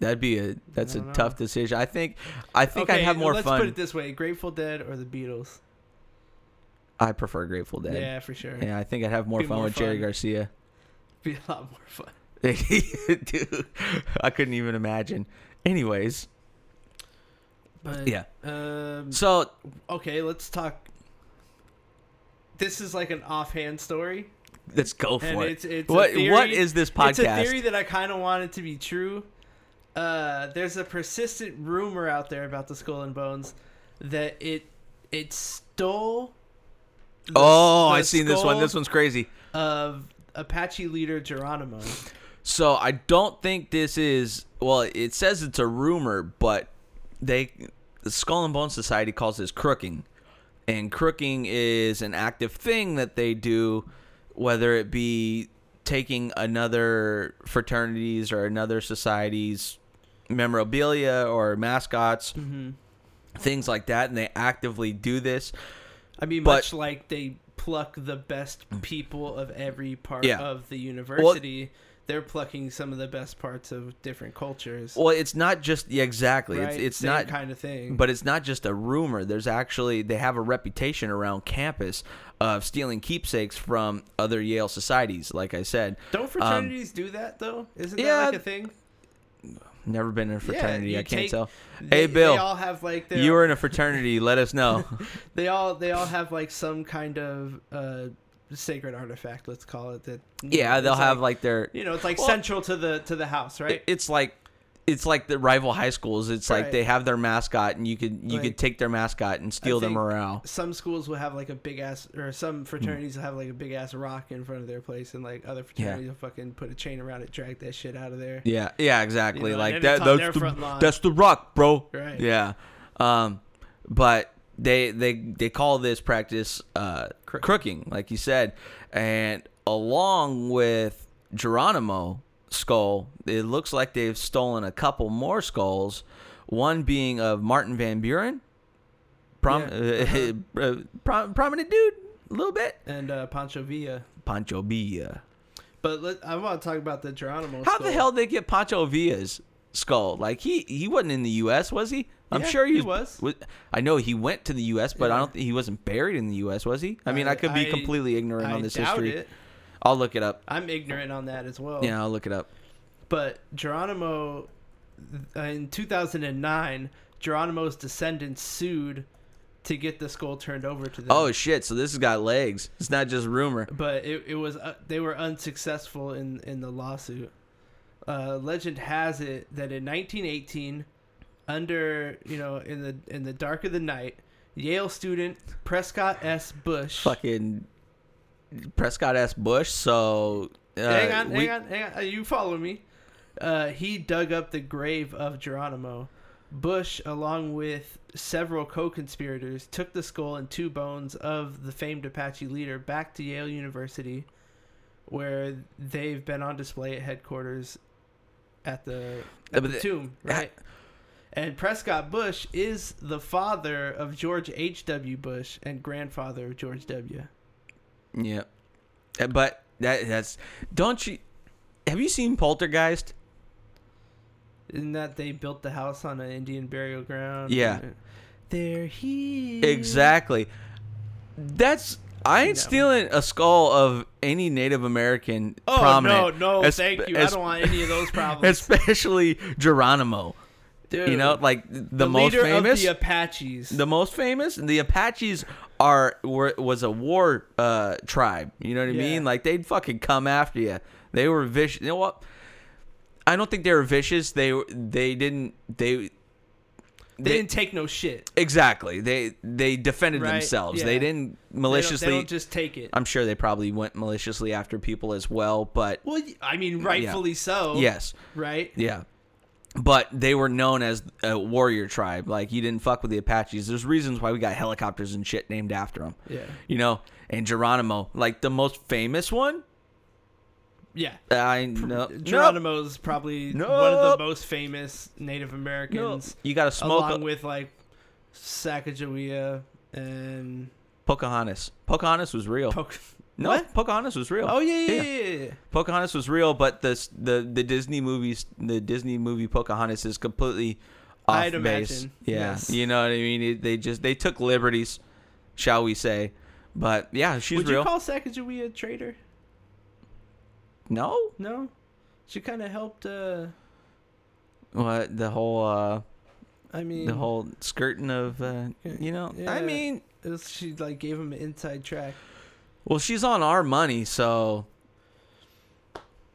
B: That'd be a that's a
A: don't know.
B: tough decision. I think I think I'd have more
A: let's
B: fun.
A: put it this way: Grateful Dead or the Beatles.
B: I prefer Grateful Dead. Yeah.
A: Yeah, for sure.
B: I think I'd have more
A: Be
B: fun
A: more
B: with Jerry
A: fun.
B: Garcia.
A: Be a lot more fun.
B: Dude, I couldn't even imagine. Anyways,
A: But
B: yeah.
A: Um,
B: So
A: okay, let's talk. This is like an offhand story.
B: let's go
A: And
B: for it.
A: it's it's a
B: What
A: theory-
B: what is this
A: It's a theory
B: podcast?
A: that I kind of wanted to be true. Uh, there's a persistent rumor out there about the Skull and Bones that it it stole. the-
B: Oh,
A: the
B: I've seen this one.
A: skull
B: This one's crazy.
A: of Apache leader Geronimo.
B: So I don't think this is well. It says it's a rumor, but they the Skull and Bone Society calls this crooking, and crooking is an active thing that they do, whether it be taking another fraternities or another society's memorabilia or mascots,
A: Mm-hmm.
B: things like that, and they actively do this.
A: I mean,
B: But- Mm.
A: much like they pluck the best people of every part
B: Yeah.
A: of the university, they're plucking some of the best parts of different cultures.
B: Well, it's not just yeah, exactly.
A: right?
B: It's it's
A: Same
B: not
A: kind of thing.
B: But it's not just a rumor. There's actually they have a reputation around campus of stealing keepsakes from other Yale societies. Like I said,
A: don't fraternities do that though? Isn't
B: Um, yeah,
A: that like a thing?
B: never been in a fraternity.
A: you
B: I can't
A: take-
B: tell.
A: They,
B: hey, Bill,
A: They all have like their,
B: you were in a fraternity. let us know.
A: they all they all have like some kind of uh, sacred artifact. Let's call it that. you know,
B: yeah, they'll
A: it's
B: have
A: like,
B: like their.
A: you know it's like
B: Well-
A: central to the to the house, right?
B: It's like. It's like the rival high schools. It's like
A: Right.
B: they have their mascot, and you could you
A: Like-
B: could take their mascot and steal their
A: think-
B: morale.
A: some schools will have like a big ass or
B: Hmm.
A: some fraternities will have like a big ass rock in front of their place and like other fraternities will fucking put a chain around it drag that shit out of there
B: Yeah, yeah, exactly.
A: know, and
B: like
A: it's
B: that.
A: on
B: That's
A: their front
B: the
A: lawn.
B: that's the rock, bro.
A: Right.
B: Yeah. Um, but they they they call this practice uh, crooking, like you said, and along with Geronimo skull, it looks like they've stolen a couple more skulls. One being of Martin Van Buren, prom-
A: Yeah. uh-huh.
B: uh, prom- prominent dude, a little bit.
A: and uh, Pancho Villa.
B: Pancho Villa.
A: But let, I want to talk about the Geronimo.
B: How
A: skull.
B: the hell did they get Pancho Villa's skull? Like he he wasn't in the U.S. was he? I'm
A: Yeah,
B: sure he,
A: he
B: was,
A: was.
B: I know he went to the U.S., but I
A: Yeah.
B: don't think he wasn't buried in the U.S. Was he? I mean, I,
A: I-
B: could be
A: I-
B: completely ignorant
A: I
B: on this
A: doubt
B: history.
A: it. Oh.
B: I'll look it up.
A: I'm ignorant on that as well.
B: Yeah, I'll look it up.
A: But Geronimo, uh, in 2009, Geronimo's descendants sued to get the skull turned over to them.
B: Oh shit! So this has got legs. It's not just rumor.
A: but it, it was uh, they were unsuccessful in in the lawsuit. Uh, legend has it that in 1918, under you know in the in the dark of the night, Yale student Prescott S. Bush.
B: Fucking Prescott S. Bush. So uh,
A: hang on,
B: we-
A: hang on, hang on. Are you follow me? Uh, he dug up the grave of Geronimo. Bush, along with several co-conspirators, took the skull and two bones of the famed Apache leader back to Yale University, where they've been on display at headquarters at the,
B: Yeah,
A: at
B: but
A: the
B: the-
A: tomb,
B: I-
A: right? And Prescott Bush is the father of George H.W. Bush and grandfather of George W.
B: Yeah, Uh, but that that's don't you? Have you seen Poltergeist?
A: Isn't that they built the house on an Indian burial ground?
B: Yeah.
A: And- uh, They're here.
B: Exactly. That's I ain't
A: Mm. No.
B: stealing a skull of any Native American
A: Oh
B: prominent.
A: no, no,
B: Es-
A: thank you.
B: es-
A: I don't want any of those problems.
B: Especially Geronimo.
A: Dude,
B: You know, like the,
A: the
B: most
A: leader
B: famous.
A: of the Apaches.
B: the most famous the apaches are were was a war uh tribe you know what i
A: Yeah.
B: mean like they'd fucking come after you they were vicious you know what i don't think they were vicious they were- they didn't they
A: they,
B: they-
A: didn't take no shit.
B: exactly they they defended
A: Right,
B: themselves
A: yeah.
B: they didn't
A: They don't-
B: maliciously
A: they don't, just take it.
B: i'm sure they probably went maliciously after people as well but
A: well, y- I mean, rightfully so.
B: yes
A: Right.
B: yeah. But they were known as a warrior tribe. Like you didn't fuck with the Apaches. There's reasons why we got helicopters and shit named after them.
A: Yeah.
B: You know, and Geronimo, like the most famous one.
A: Yeah.
B: I know. Nope.
A: Geronimo's probably one of the
B: Nope.
A: most famous Native
B: Nope.
A: Americans,
B: You got to smoke
A: along
B: a-
A: with like Sacagawea and
B: Pocahontas. Pocahontas was real.
A: Poc-
B: no,
A: What?
B: Pocahontas was real.
A: Oh yeah,
B: Yeah.
A: yeah, yeah. yeah.
B: Pocahontas was real, but the s- the the Disney movies, the Disney movie Pocahontas is completely off
A: I'd
B: base.
A: imagine,
B: Yeah,
A: yes.
B: you know what I mean. It, they just they took liberties, shall we say? But yeah, she's
A: Would
B: real.
A: you call Sacagawea a traitor?
B: no,
A: No, she kind of helped. uh
B: what the whole uh
A: I mean,
B: the whole skirting of uh, you know? I
A: Mm. Yeah.
B: mean,
A: it was- she like gave him an inside track.
B: well, she's on our money, so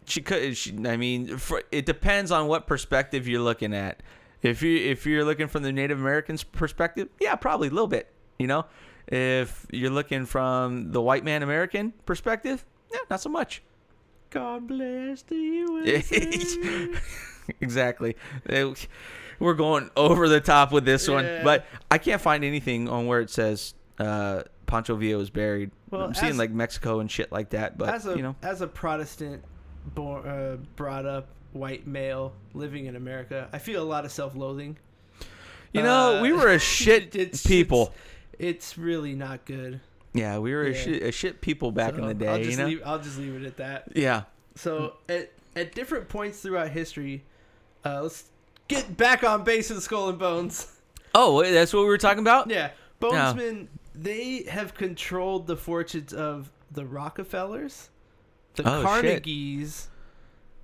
B: she could. She, I mean, for, it depends on what perspective you're looking at. If you if you're looking from the Native Americans' perspective, yeah, probably a little bit. You know, if you're looking from the white man American perspective, yeah, not so much.
A: God bless the USA.
B: exactly. Eh, We're going over the top with this one,
A: Yeah.
B: but I can't find anything on where it says uh, Pancho Villa was buried.
A: Well,
B: I'm seeing
A: as-
B: like Mexico and shit like that, but
A: as a
B: you know,
A: as a Protestant, born uh, brought up white male living in America, I feel a lot of self loathing.
B: you know,
A: uh,
B: we were a shit
A: it's-
B: people.
A: It's really not good.
B: yeah, we were a,
A: yeah.
B: shit, a shit people back in
A: So
B: the
A: I'll
B: day.
A: just
B: You know,
A: leave, I'll just leave it at that.
B: yeah.
A: So
B: Hmm.
A: at at different points throughout history, uh, let's get back on base with Skull and Bones.
B: Oh, wait, that's what we were talking about.
A: Yeah, Bonesmen. They have controlled the fortunes of the Rockefellers, the
B: Oh, shit.
A: Carnegies,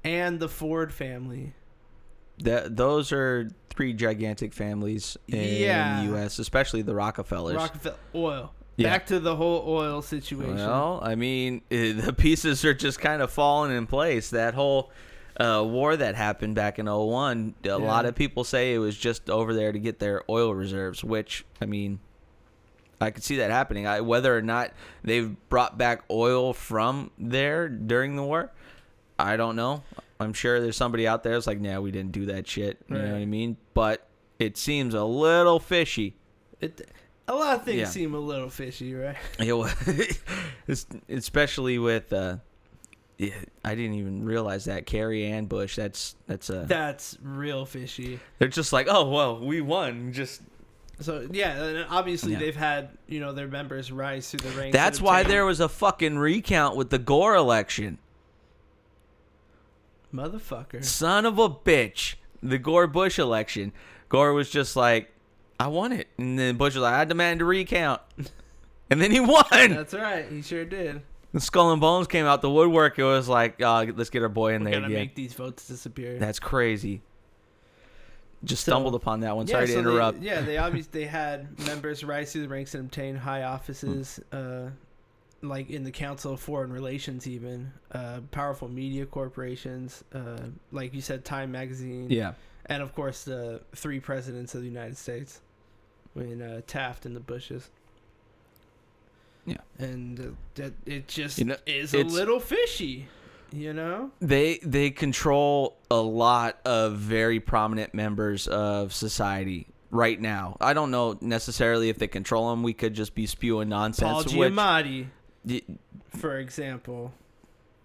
A: and the Ford family.
B: That those are three gigantic families in
A: Yeah.
B: the U.S., especially the Rockefellers.
A: Rockefeller oil.
B: Yeah.
A: Back to the whole oil situation.
B: Well, I mean, eh, the pieces are just kind of falling in place. That whole uh, war that happened back in 01, a lot of people say it was just over there to get their oil reserves, which, I mean, I could see that happening. I, whether or not they've brought back oil from there during the war, I don't know. I'm sure there's somebody out there that's like, nah, we didn't do that shit. You know
A: Right.
B: what I mean? But it seems a little fishy.
A: It, a lot of things
B: Yeah.
A: seem a little fishy, right?
B: It was, it's- especially with. Uh, yeah, I didn't even realize that Carrie Ann Bush. That's that's a.
A: That's real fishy.
B: they're just like, oh well, we won. Just
A: So yeah, and obviously
B: Yeah.
A: they've had you know their members rise through the ranks.
B: that's why
A: they're
B: there was a fucking recount with the Gore election.
A: motherfucker.
B: Son of a bitch. The Gore Bush election. Gore was just like, I won it. And then Bush was like, I demand a recount. And then he won.
A: That's right. He sure did.
B: the Skull and Bones came out the woodwork. It was like, uh, let's get our boy in
A: We're
B: there
A: gonna
B: again.
A: make these votes disappear.
B: That's crazy. Just
A: So-
B: stumbled upon that one. Sorry
A: so
B: to
A: they-
B: interrupt.
A: yeah, they obviously they had members rise through the ranks and obtain high offices, uh, like in the Council of Foreign Relations, even uh, powerful media corporations, uh, like you said, Time Magazine,
B: yeah.
A: and of course the three presidents of the United States, when uh, Taft and the Bushes.
B: Yeah.
A: and uh, that it just
B: You know,
A: is a
B: it's-
A: little fishy, you know.
B: They they control a lot of very prominent members of society right now. I don't know necessarily if they control them. We could just be spewing
A: Paul
B: nonsense. which-
A: Giamatti,
B: Y-
A: for example.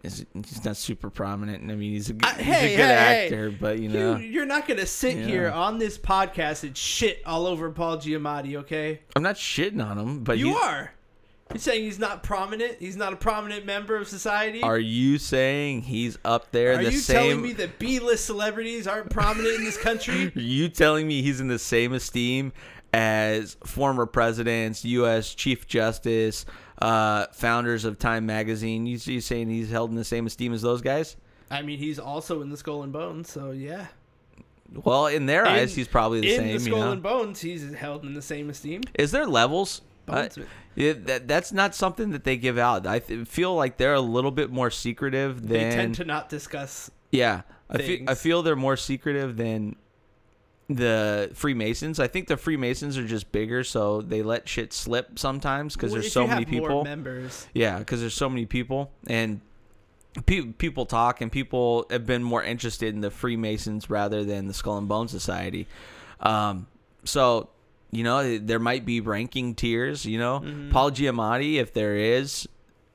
B: is he's not super prominent. and I mean, he's a,
A: Uh,
B: he's
A: hey,
B: a good
A: hey, hey.
B: actor, but you
A: You,
B: know,
A: you're not gonna sit
B: Yeah.
A: here on this podcast and shit all over Paul Giamatti, okay?
B: I'm not shitting on him. But
A: you
B: he's-
A: are. You're saying he's not prominent. He's not a prominent member of society.
B: Are you saying he's up there?
A: Are
B: the
A: you
B: same.
A: telling me that B-list celebrities aren't prominent in this country?
B: Are you telling me he's in the same esteem as former presidents, U.S. Chief Justice, uh, founders of Time Magazine? You, you saying he's held in the same esteem as those guys?
A: I mean, he's also in the Skull and Bones, so yeah.
B: Well, in their eyes,
A: In-
B: he's probably the
A: in
B: same.
A: the
B: you
A: Skull
B: know?
A: and Bones, he's held in the same esteem.
B: Is there levels? Uh,
A: Bones.
B: yeah, that, that's not something that they give out. I th- feel like they're a little bit more secretive than
A: they tend to not discuss.
B: yeah. I feel, I
A: things.
B: feel they're more secretive than the Freemasons. I think the Freemasons are just bigger, so they let shit slip sometimes because
A: Well,
B: there's
A: if
B: so
A: you
B: many
A: have more
B: people.
A: members.
B: Yeah, because there's so many people and. pe- People talk, and people have been more interested in the Freemasons rather than the Skull and Bone Society. Um, so, you know, there might be ranking tiers. You know, Paul Giamatti, if there is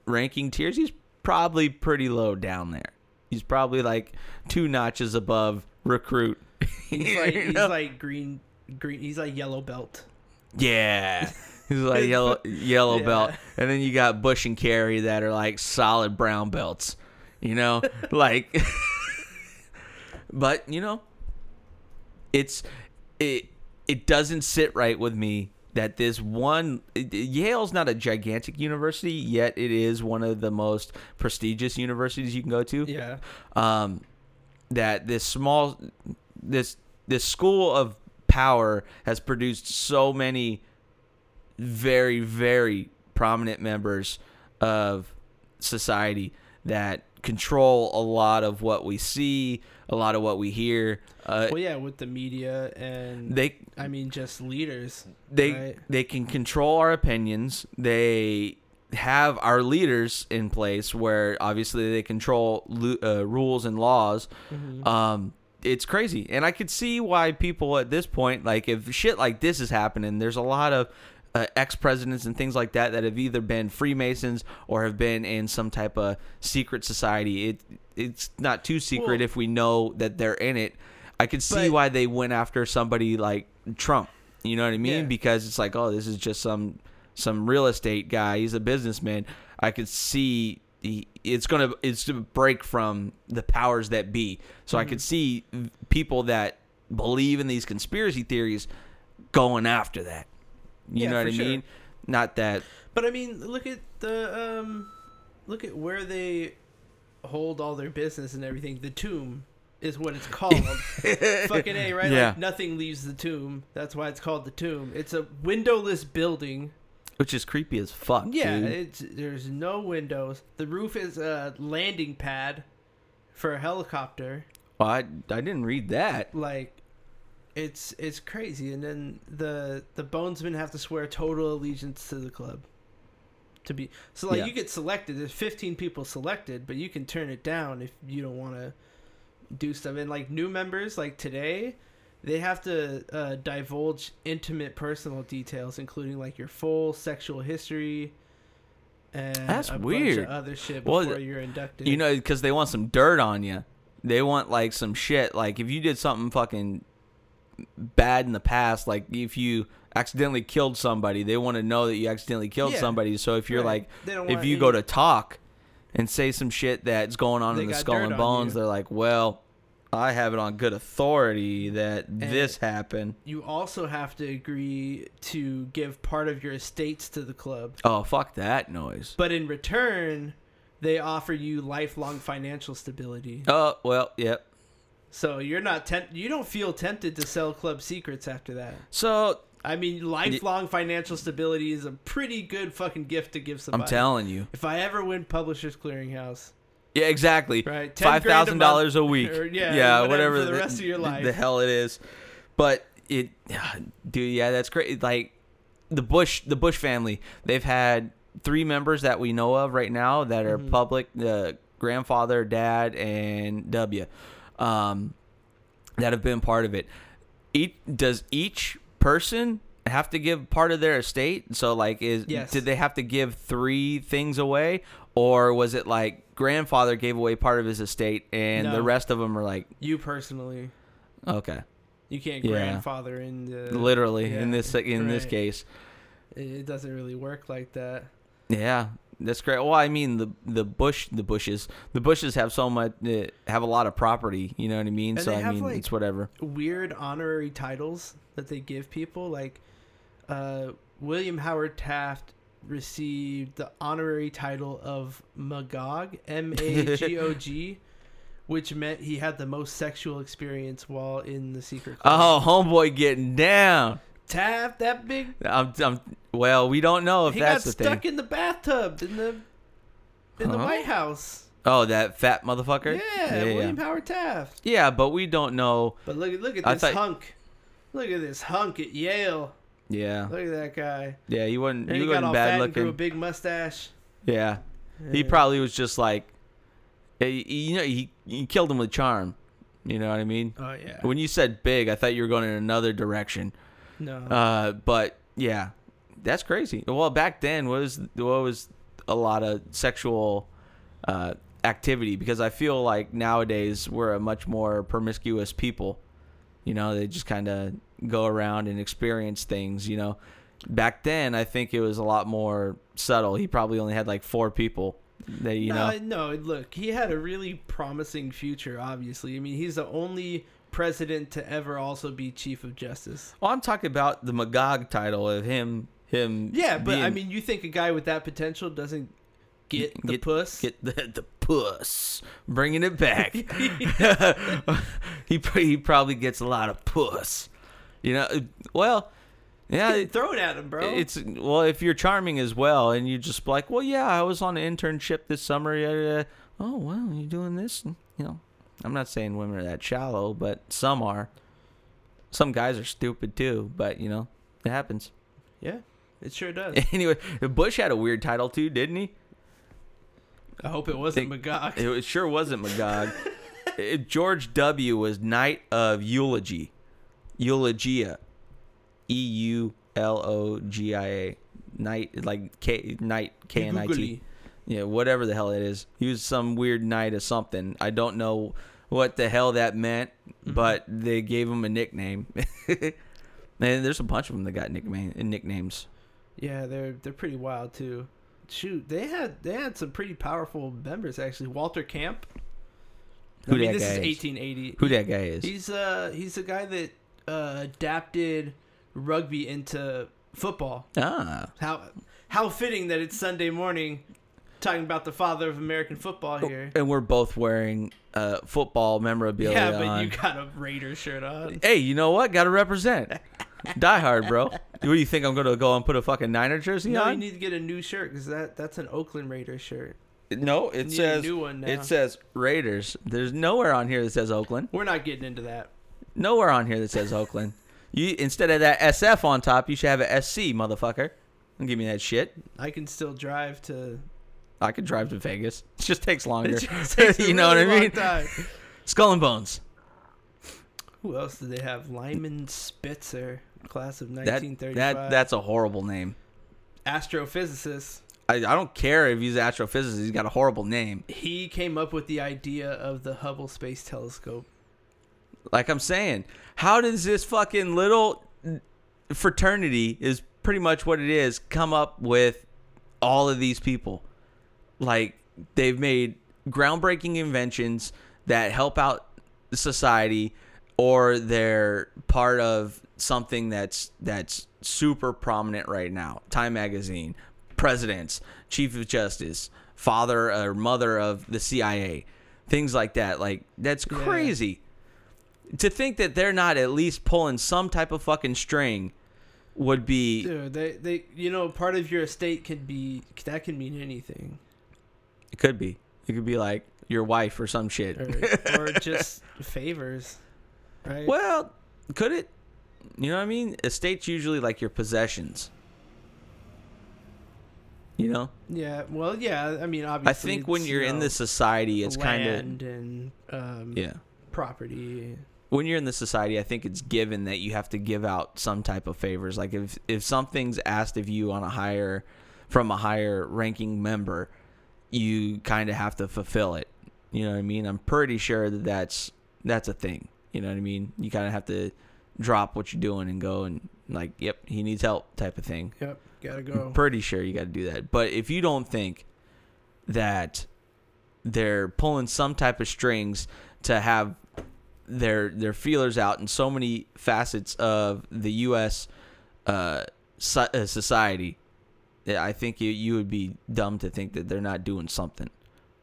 B: ranking tiers, he's probably pretty low down there. He's probably like two notches above recruit.
A: He's like
B: You
A: he's
B: know?
A: like green, green. He's like yellow belt.
B: yeah. He's like yellow yellow
A: Yeah.
B: belt. And then you got Bush and Kerry that are like solid brown belts. You know? like But, you know, it's it it doesn't sit right with me that this one it- it- Yale's not a gigantic university, yet it is one of the most prestigious universities you can go to.
A: Yeah.
B: um, that this small this this school of power has produced so many very very prominent members of society that control a lot of what we see a lot of what we hear uh,
A: Well, yeah, with the media and
B: they
A: I mean just leaders.
B: they
A: Right.
B: they can control our opinions. They have our leaders in place where obviously they control lu- uh, rules and laws.
A: Mm-hmm.
B: Um, it's crazy, and I could see why people at this point, like if shit like this is happening, there's a lot of uh, ex presidents and things like that that have either been Freemasons or have been in some type of secret society. It it's not too secret
A: Well-
B: if we know that they're in it. I could see
A: But-
B: why they went after somebody like Trump. You know what I
A: Yeah.
B: mean? Because it's like, oh, this is just some some real estate guy. He's a businessman. I could see he, it's gonna it's to break from the powers that be. So I could see
A: Mm-hmm.
B: people that believe in these conspiracy theories going after that. You
A: Yeah,
B: know what
A: for
B: I
A: sure.
B: mean? Not that
A: But I mean, look at the um, look at where they hold all their business and everything. The tomb is what it's called. Fucking a right?
B: Yeah.
A: Like nothing leaves the tomb. That's why it's called the tomb. It's a windowless building.
B: which is creepy as fuck.
A: Yeah,
B: dude.
A: it's there's no windows. The roof is a landing pad for a helicopter.
B: Well, I I didn't read that.
A: like it's it's crazy and then the the bonesmen have to swear total allegiance to the club to be so like
B: Yeah.
A: you get selected there's 15 people selected but you can turn it down if you don't want to do stuff and like new members like today they have to uh, divulge intimate personal details, including like your full sexual history and
B: That's
A: a bunch
B: weird.
A: of other shit
B: Well,
A: before you're inducted.
B: You know, because they want some dirt on you. They want like some shit. Like if you did something fucking bad in the past, like if you accidentally killed somebody, they want to know that you accidentally killed
A: Yeah.
B: somebody. So if you're
A: Right. They don't
B: like, if
A: want
B: you
A: any-
B: go to talk and say some shit that's going on
A: They
B: in the
A: got
B: skull
A: dirt
B: and
A: on
B: bones,
A: you.
B: they're like, well, I have it on good authority that this happened.
A: you also have to agree to give part of your estates to the club.
B: Oh fuck that noise.
A: But in return, they offer you lifelong financial stability.
B: Oh well, yep.
A: So you're not temp- you don't feel tempted to sell club secrets after that.
B: So
A: I mean, lifelong financial stability is a pretty good fucking gift to give
B: I'm
A: somebody.
B: telling you.
A: If I ever win Publishers Clearinghouse,
B: Yeah, exactly.
A: Right, 10 grand
B: Five
A: a month,
B: thousand dollars a week.
A: or,
B: yeah,
A: yeah, whatever
B: whatever,
A: for the rest of your life.
B: The hell it is, but it, dude, yeah, that's great. Like the Bush, the Bush family, they've had three members that we know of right now that are
A: Mm-hmm.
B: public: the grandfather, dad, and W, um, that have been part of it. Each does each person have to give part of their estate? So, like, is
A: Yes.
B: did they have to give three things away, or was it like grandfather gave away part of his estate and the
A: No.
B: rest of them are like,
A: you personally,
B: okay,
A: you can't
B: Yeah.
A: grandfather in the.
B: literally in
A: yeah,
B: this in this
A: right.
B: case,
A: It- It doesn't really work like that.
B: yeah. That's great. Well, I mean the the bush the bushes the bushes have so much uh, have a lot of property. You know what I mean.
A: And
B: so
A: they
B: I
A: have,
B: mean
A: like-
B: it's whatever.
A: Weird honorary titles that they give people, like uh, William Howard Taft received the honorary title of Magog, M A G O G, which meant he had the most sexual experience while in the secret. Club.
B: Oh, homeboy getting down.
A: Taft, that big
B: I'm, I'm well. We don't know if
A: he
B: Oh, that's
A: got
B: the thing.
A: stuck in the bathtub in the in the
B: Huh?
A: White House.
B: Oh, that fat motherfucker.
A: Yeah,
B: yeah,
A: William
B: yeah.
A: Howard Taft.
B: Yeah, but we don't know.
A: But look, look at
B: I
A: this
B: thought-
A: hunk. Look at this hunk at Yale.
B: Yeah,
A: Look at that guy.
B: yeah. He wasn't.
A: And
B: he
A: he got
B: wasn't
A: all
B: bad
A: fat and grew a
B: looking.
A: big mustache.
B: Yeah. he
A: Yeah.
B: probably was just like, eh, you know, he he killed him with charm. You know what I mean?
A: Oh yeah.
B: When you said big, I thought you were going in another direction.
A: No.
B: Uh, but yeah, that's crazy. Well, back then what was what was a lot of sexual uh, activity because I feel like nowadays we're a much more promiscuous people. You know, they just kind of go around and experience things. You know, back then I think it was a lot more subtle. He probably only had like four people that you
A: no,
B: know.
A: no, look, he had a really promising future. Obviously, I mean, he's the only president to ever also be chief of justice.
B: Well, I'm talking about the Magog title of him. Him.
A: Yeah, but I
B: being-
A: mean, you think a guy with that potential doesn't get the
B: Get-
A: puss?
B: get the, the puss, bringing it back. he pr- he probably gets a lot of puss, you know. uh, Well, yeah, it-
A: throw it at him, bro.
B: uh, it's well if you're charming as well, and you just like, well, yeah, I was on an internship this summer. Yada, yada. Oh well, you're doing this, and, you know. I'm not saying women are that shallow, but some are. Some guys are stupid too, but you know it happens.
A: yeah, it sure does.
B: anyway, Bush had a weird title too, didn't he?
A: I hope it wasn't
B: Think-
A: Magog.
B: It, it sure wasn't Magog. It- George W. was Knight of Eulogy. Eulogia. E U L O G I A. Knight, like K, Knight, K N I T.
A: Googly.
B: Yeah, whatever the hell it is. He was some weird knight of something. I don't know what the hell that meant,
A: Mm-hmm.
B: but they gave him a nickname. and there's a bunch of them that got nickname, nicknames.
A: Yeah, they're they're pretty wild too. Shoot, they had they had some pretty powerful members actually. Walter Camp.
B: Who
A: I mean,
B: that
A: this
B: guy
A: is
B: is?
A: 1880.
B: Who that guy is?
A: He's uh he's the guy that uh, adapted rugby into football.
B: ah.
A: How how fitting that it's Sunday morning, talking about the father of American football
B: Oh,
A: here.
B: And we're both wearing uh, football memorabilia.
A: yeah, but
B: on.
A: you got a Raider shirt on.
B: Hey, you know what? Got to represent. Die hard, bro. What do you think? I'm gonna go and put a fucking Niner jersey
A: No, you
B: on?
A: need to get a new shirt because that that's an Oakland Raider shirt.
B: no, it
A: need a
B: says
A: new one now.
B: it says Raiders. There's nowhere on here that says Oakland.
A: We're not getting into that.
B: Nowhere on here that says Oakland. You instead of that SF on top, you should have a SC, motherfucker. Don't give me that shit.
A: I can still drive to.
B: I could drive to Vegas. It just takes longer.
A: It just takes a
B: you know what I
A: really long
B: mean?
A: time.
B: Skull and Bones.
A: Who else did they have? Lyman Spitzer, class of
B: That,
A: 1935.
B: that that's a horrible name.
A: astrophysicist.
B: I, I don't care if he's an astrophysicist. He's got a horrible name.
A: He came up with the idea of the Hubble Space Telescope.
B: Like I'm saying, how does this fucking little fraternity is pretty much what it is come up with all of these people? Like they've made groundbreaking inventions that help out society or they're part of something that's that's super prominent right now. Time magazine, presidents, chief of justice, father or mother of the CIA. Things like that. Like that's
A: Yeah.
B: crazy to think that they're not at least pulling some type of fucking string would be
A: Dude, they, they you know part of your estate can be that can mean anything,
B: it could be it could be like your wife or some shit
A: or, or just favors, right?
B: well could it you know what i mean estates usually like your possessions you know
A: Yeah. Well, yeah. I mean, obviously,
B: i think when
A: it's,
B: you're
A: you
B: in
A: know,
B: the society it's kind
A: uh, land and um,
B: of yeah
A: property.
B: when you're in the society, I think it's given that you have to give out some type of favors. Like if if something's asked of you on a higher from a higher ranking member, you kind of have to fulfill it. You know what I mean? I'm pretty sure that that's that's a thing. You know what I mean? You kind of have to drop what you're doing and go and like, yep, he needs help type of thing.
A: Yep. Gotta
B: I'm
A: go.
B: pretty sure you got to do that. But if you don't think that they're pulling some type of strings to have their their feelers out in so many facets of the U.S. Uh, so, uh, society, yeah, I think you you would be dumb to think that they're not doing something.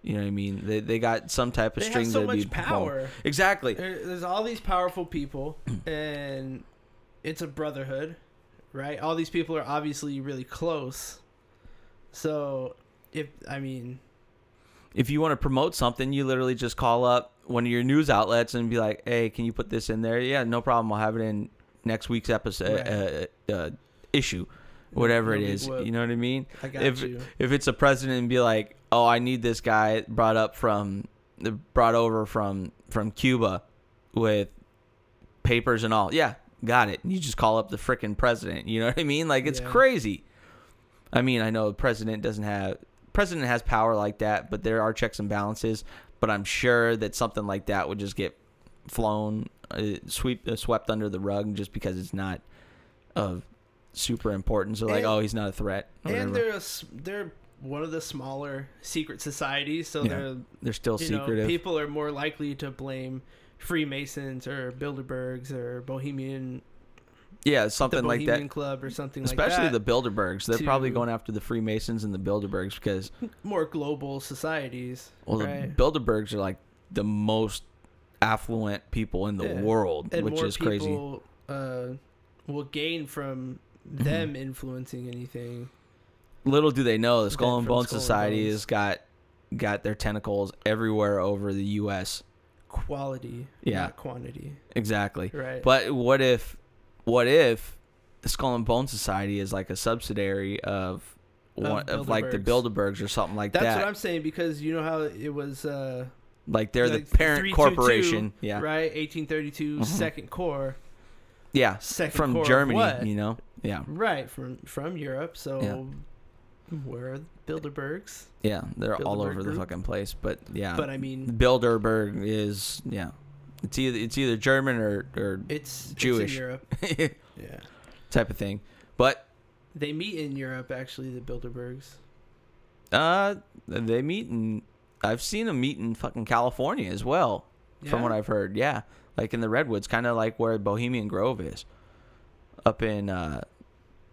B: You know what I mean? They they got some type of
A: They
B: string
A: have so
B: that'd be
A: much
B: pulling.
A: power.
B: Exactly.
A: There, there's all these powerful people, and it's a brotherhood, right? All these people are obviously really close. So, if I mean,
B: if you want to promote something, you literally just call up one of your news outlets and be like, "Hey, can you put this in there?" Yeah, no problem. I'll have it in next week's episode uh, uh, issue, whatever
A: No
B: it
A: big
B: is.
A: whoop.
B: You know what I mean?
A: I got
B: if
A: you.
B: if it's a president and be like, "Oh, I need this guy brought up from brought over from from Cuba with papers and all." Yeah, got it. You just call up the frickin' president. You know what I mean? Like it's
A: Yeah.
B: crazy. I mean, I know the president doesn't have president has power like that, but there are checks and balances. But I'm sure that something like that would just get flown, uh, sweep uh, swept under the rug just because it's not of super importance. Or like,
A: And-
B: oh, he's not a threat. or
A: And
B: whatever.
A: they're a s they're one of the smaller secret societies, so
B: Yeah.
A: they're
B: they're still
A: you
B: secretive.
A: know people are more likely to blame Freemasons or Bilderbergs or Bohemian
B: yeah,
A: the
B: something like
A: Bohemian
B: that.
A: Club or something
B: Especially
A: like that.
B: the Bilderbergs. They're probably
A: to-
B: going after the Freemasons and the Bilderbergs because
A: The more global societies,
B: well,
A: right?
B: the Bilderbergs are like the most affluent people in the
A: Yeah.
B: world,
A: and
B: which
A: more
B: is crazy.
A: people uh, will gain from
B: Mm-hmm.
A: them influencing anything.
B: Little do they know the
A: Than
B: Skull and
A: from
B: Bones
A: Skull and
B: Society
A: Bones.
B: has got got their tentacles everywhere over the U.S.
A: Quality,
B: Yeah.
A: not quantity,
B: Exactly.
A: right?
B: But what if, what if the Skull and Bone Society is like a subsidiary of,
A: Of
B: one, of like the Bilderbergs or something like
A: that's
B: that?
A: what I'm saying because you know how it was, uh,
B: like they're
A: Like
B: the parent
A: 322,
B: corporation. Yeah.
A: right? 1832
B: Mhm.
A: Second Corps,
B: Yeah.
A: Second
B: From
A: Corps of
B: Germany,
A: what?
B: you know? Yeah.
A: right? From from Europe, so. Where are the Bilderbergs?
B: Yeah. They're all
A: Bilderberg
B: over the
A: group.
B: fucking place. But yeah.
A: But I mean,
B: Bilderberg is, yeah. It's either, it's either German or, or
A: it's It's
B: Jewish.
A: in Europe, yeah.
B: type of thing. But
A: They meet in Europe, actually. The Bilderbergs.
B: uh, they meet in, I've seen them meet in fucking California as well. from what
A: Yeah?
B: I've heard. Yeah, like in the redwoods, kind of like where Bohemian Grove is, up in uh,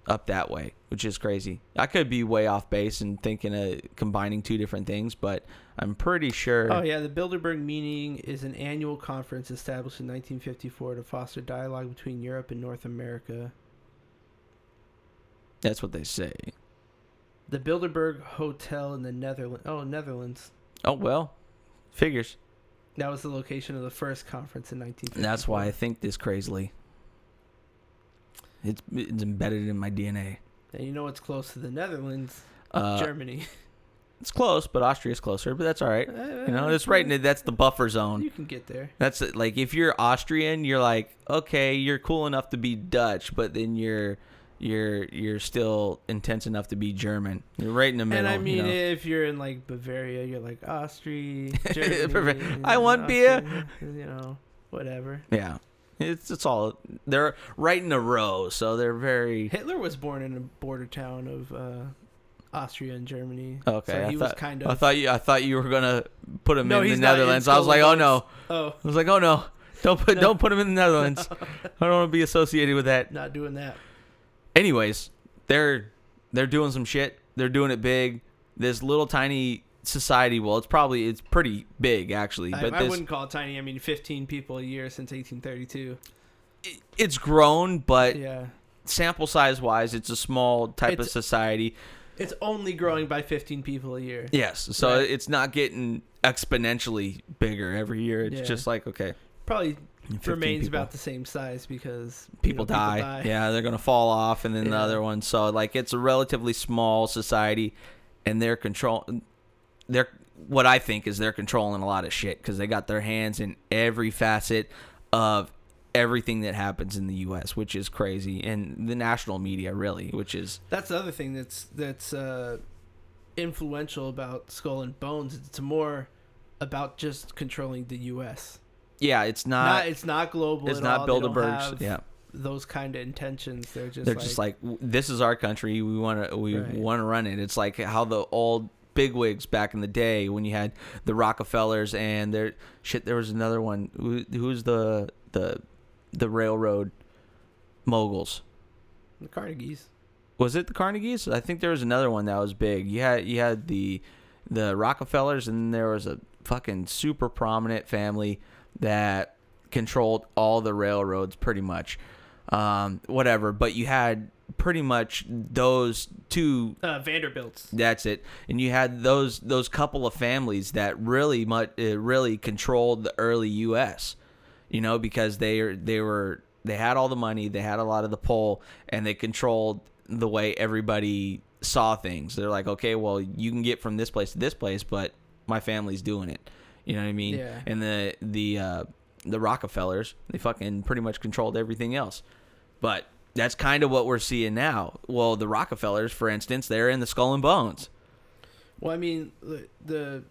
B: up that way, which is crazy. I could be way off base and thinking of combining two different things, but I'm pretty sure.
A: Oh yeah, the Bilderberg meeting is an annual conference established in 1954 to foster dialogue between Europe and North America.
B: That's what they say.
A: The Bilderberg Hotel in the Netherlands. Oh, Netherlands.
B: Oh well, figures.
A: That was the location of the first conference in 1954.
B: And that's why I think this crazily. It's it's embedded in my DNA.
A: And you know what's close to the Netherlands?
B: Uh,
A: Germany.
B: It's close, but Austria's closer, but that's all right. You know, it's right. in- That's the buffer zone.
A: You can get there.
B: That's it. like if you're Austrian, you're like, okay, you're cool enough to be Dutch, but then you're you're you're still intense enough to be German. You're right in the middle.
A: and I mean,
B: you know?
A: if you're in like Bavaria, you're like Austria. Germany,
B: I want beer.
A: Austria, You know, whatever.
B: yeah, it's it's all they're right in a row, so they're very
A: Hitler was born in a border town of uh, Austria and Germany.
B: Oh, okay.
A: so
B: I
A: he
B: thought,
A: was kind
B: I
A: of.
B: thought you I thought you were gonna put him
A: No,
B: in the
A: he's not in
B: Netherlands. I was like, oh
A: Scotland.
B: no,
A: Oh,
B: I was like, oh no, don't put
A: No.
B: don't put him in the Netherlands. I don't want to be associated with that.
A: oh, not doing that.
B: anyways, they're they're doing some shit. They're doing it big. This little tiny society. Well, it's probably it's pretty big actually,
A: I,
B: but
A: I
B: this
A: wouldn't call it tiny. I mean, 15 people a year since 1832.
B: it- it's grown, but
A: yeah,
B: sample size wise, it's a small type of
A: It's-
B: society.
A: it's only growing by 15 people a year.
B: Yes, so
A: Right.
B: it's not getting exponentially bigger every year. It's
A: Yeah.
B: just like okay,
A: Probably
B: 15
A: remains
B: people.
A: about the same size because you know,
B: people, die. Yeah, they're gonna fall off, and then the
A: Yeah.
B: other one. So like, it's a relatively small society, and they're control. They're what I think is they're controlling a lot of shit because they got their hands in every facet of everything that happens in the U.S., which is crazy, and the national media really, which is
A: That's the other thing that's that's uh, influential about Skull and Bones. It's more about just controlling the U.S.
B: yeah, it's not.
A: not it's not global.
B: it's
A: at
B: not
A: all. They don't
B: Bilderberg's.
A: have
B: Yeah,
A: those kind of intentions. They're just
B: they're
A: like,
B: just like "W- this is our country we want to we
A: Right.
B: want to run it it's like how the old bigwigs back in the day when you had the rockefellers and there shit there was another one who, who's the the the railroad moguls
A: the Carnegies.
B: was it the carnegies i think there was another one that was big you had you had the the rockefellers and there was a fucking super prominent family that controlled all the railroads pretty much um whatever but you had pretty much those two
A: Uh, Vanderbilts.
B: that's it and you had those those couple of families that really much uh, really controlled the early us you know because they are- they were they had all the money they had a lot of the pull and they controlled the way everybody saw things they're like okay well you can get from this place to this place but my family's doing it you know what i mean
A: Yeah.
B: and the the uh the rockefellers they fucking pretty much controlled everything else but that's kind of what we're seeing now well the rockefellers for instance they're in the skull and bones
A: Well, I mean, the- the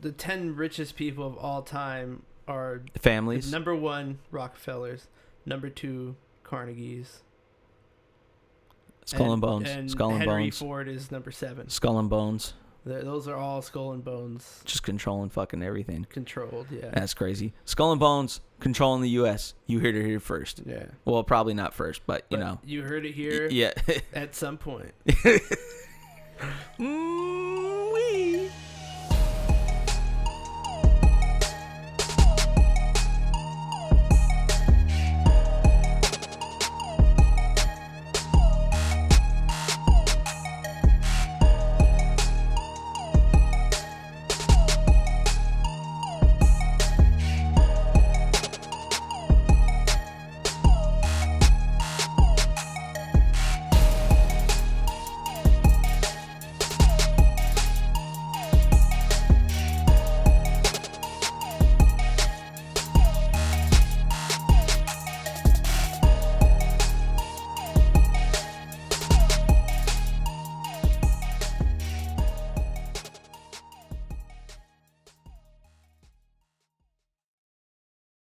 A: the ten richest people of all time are
B: families
A: number one Rockefellers, number two Carnegies.
B: skull and, bones
A: And
B: skull and
A: Henry
B: bones
A: Ford is number seven.
B: skull and bones
A: Th- Those are all Skull and Bones
B: just controlling fucking everything
A: controlled. Yeah.
B: That's crazy. Skull and Bones controlling the U.S. You heard it here first.
A: Yeah.
B: Well, probably not first, but you
A: But
B: know.
A: You heard it
B: Y-
A: here
B: Yeah.
A: at some point.
B: Mm,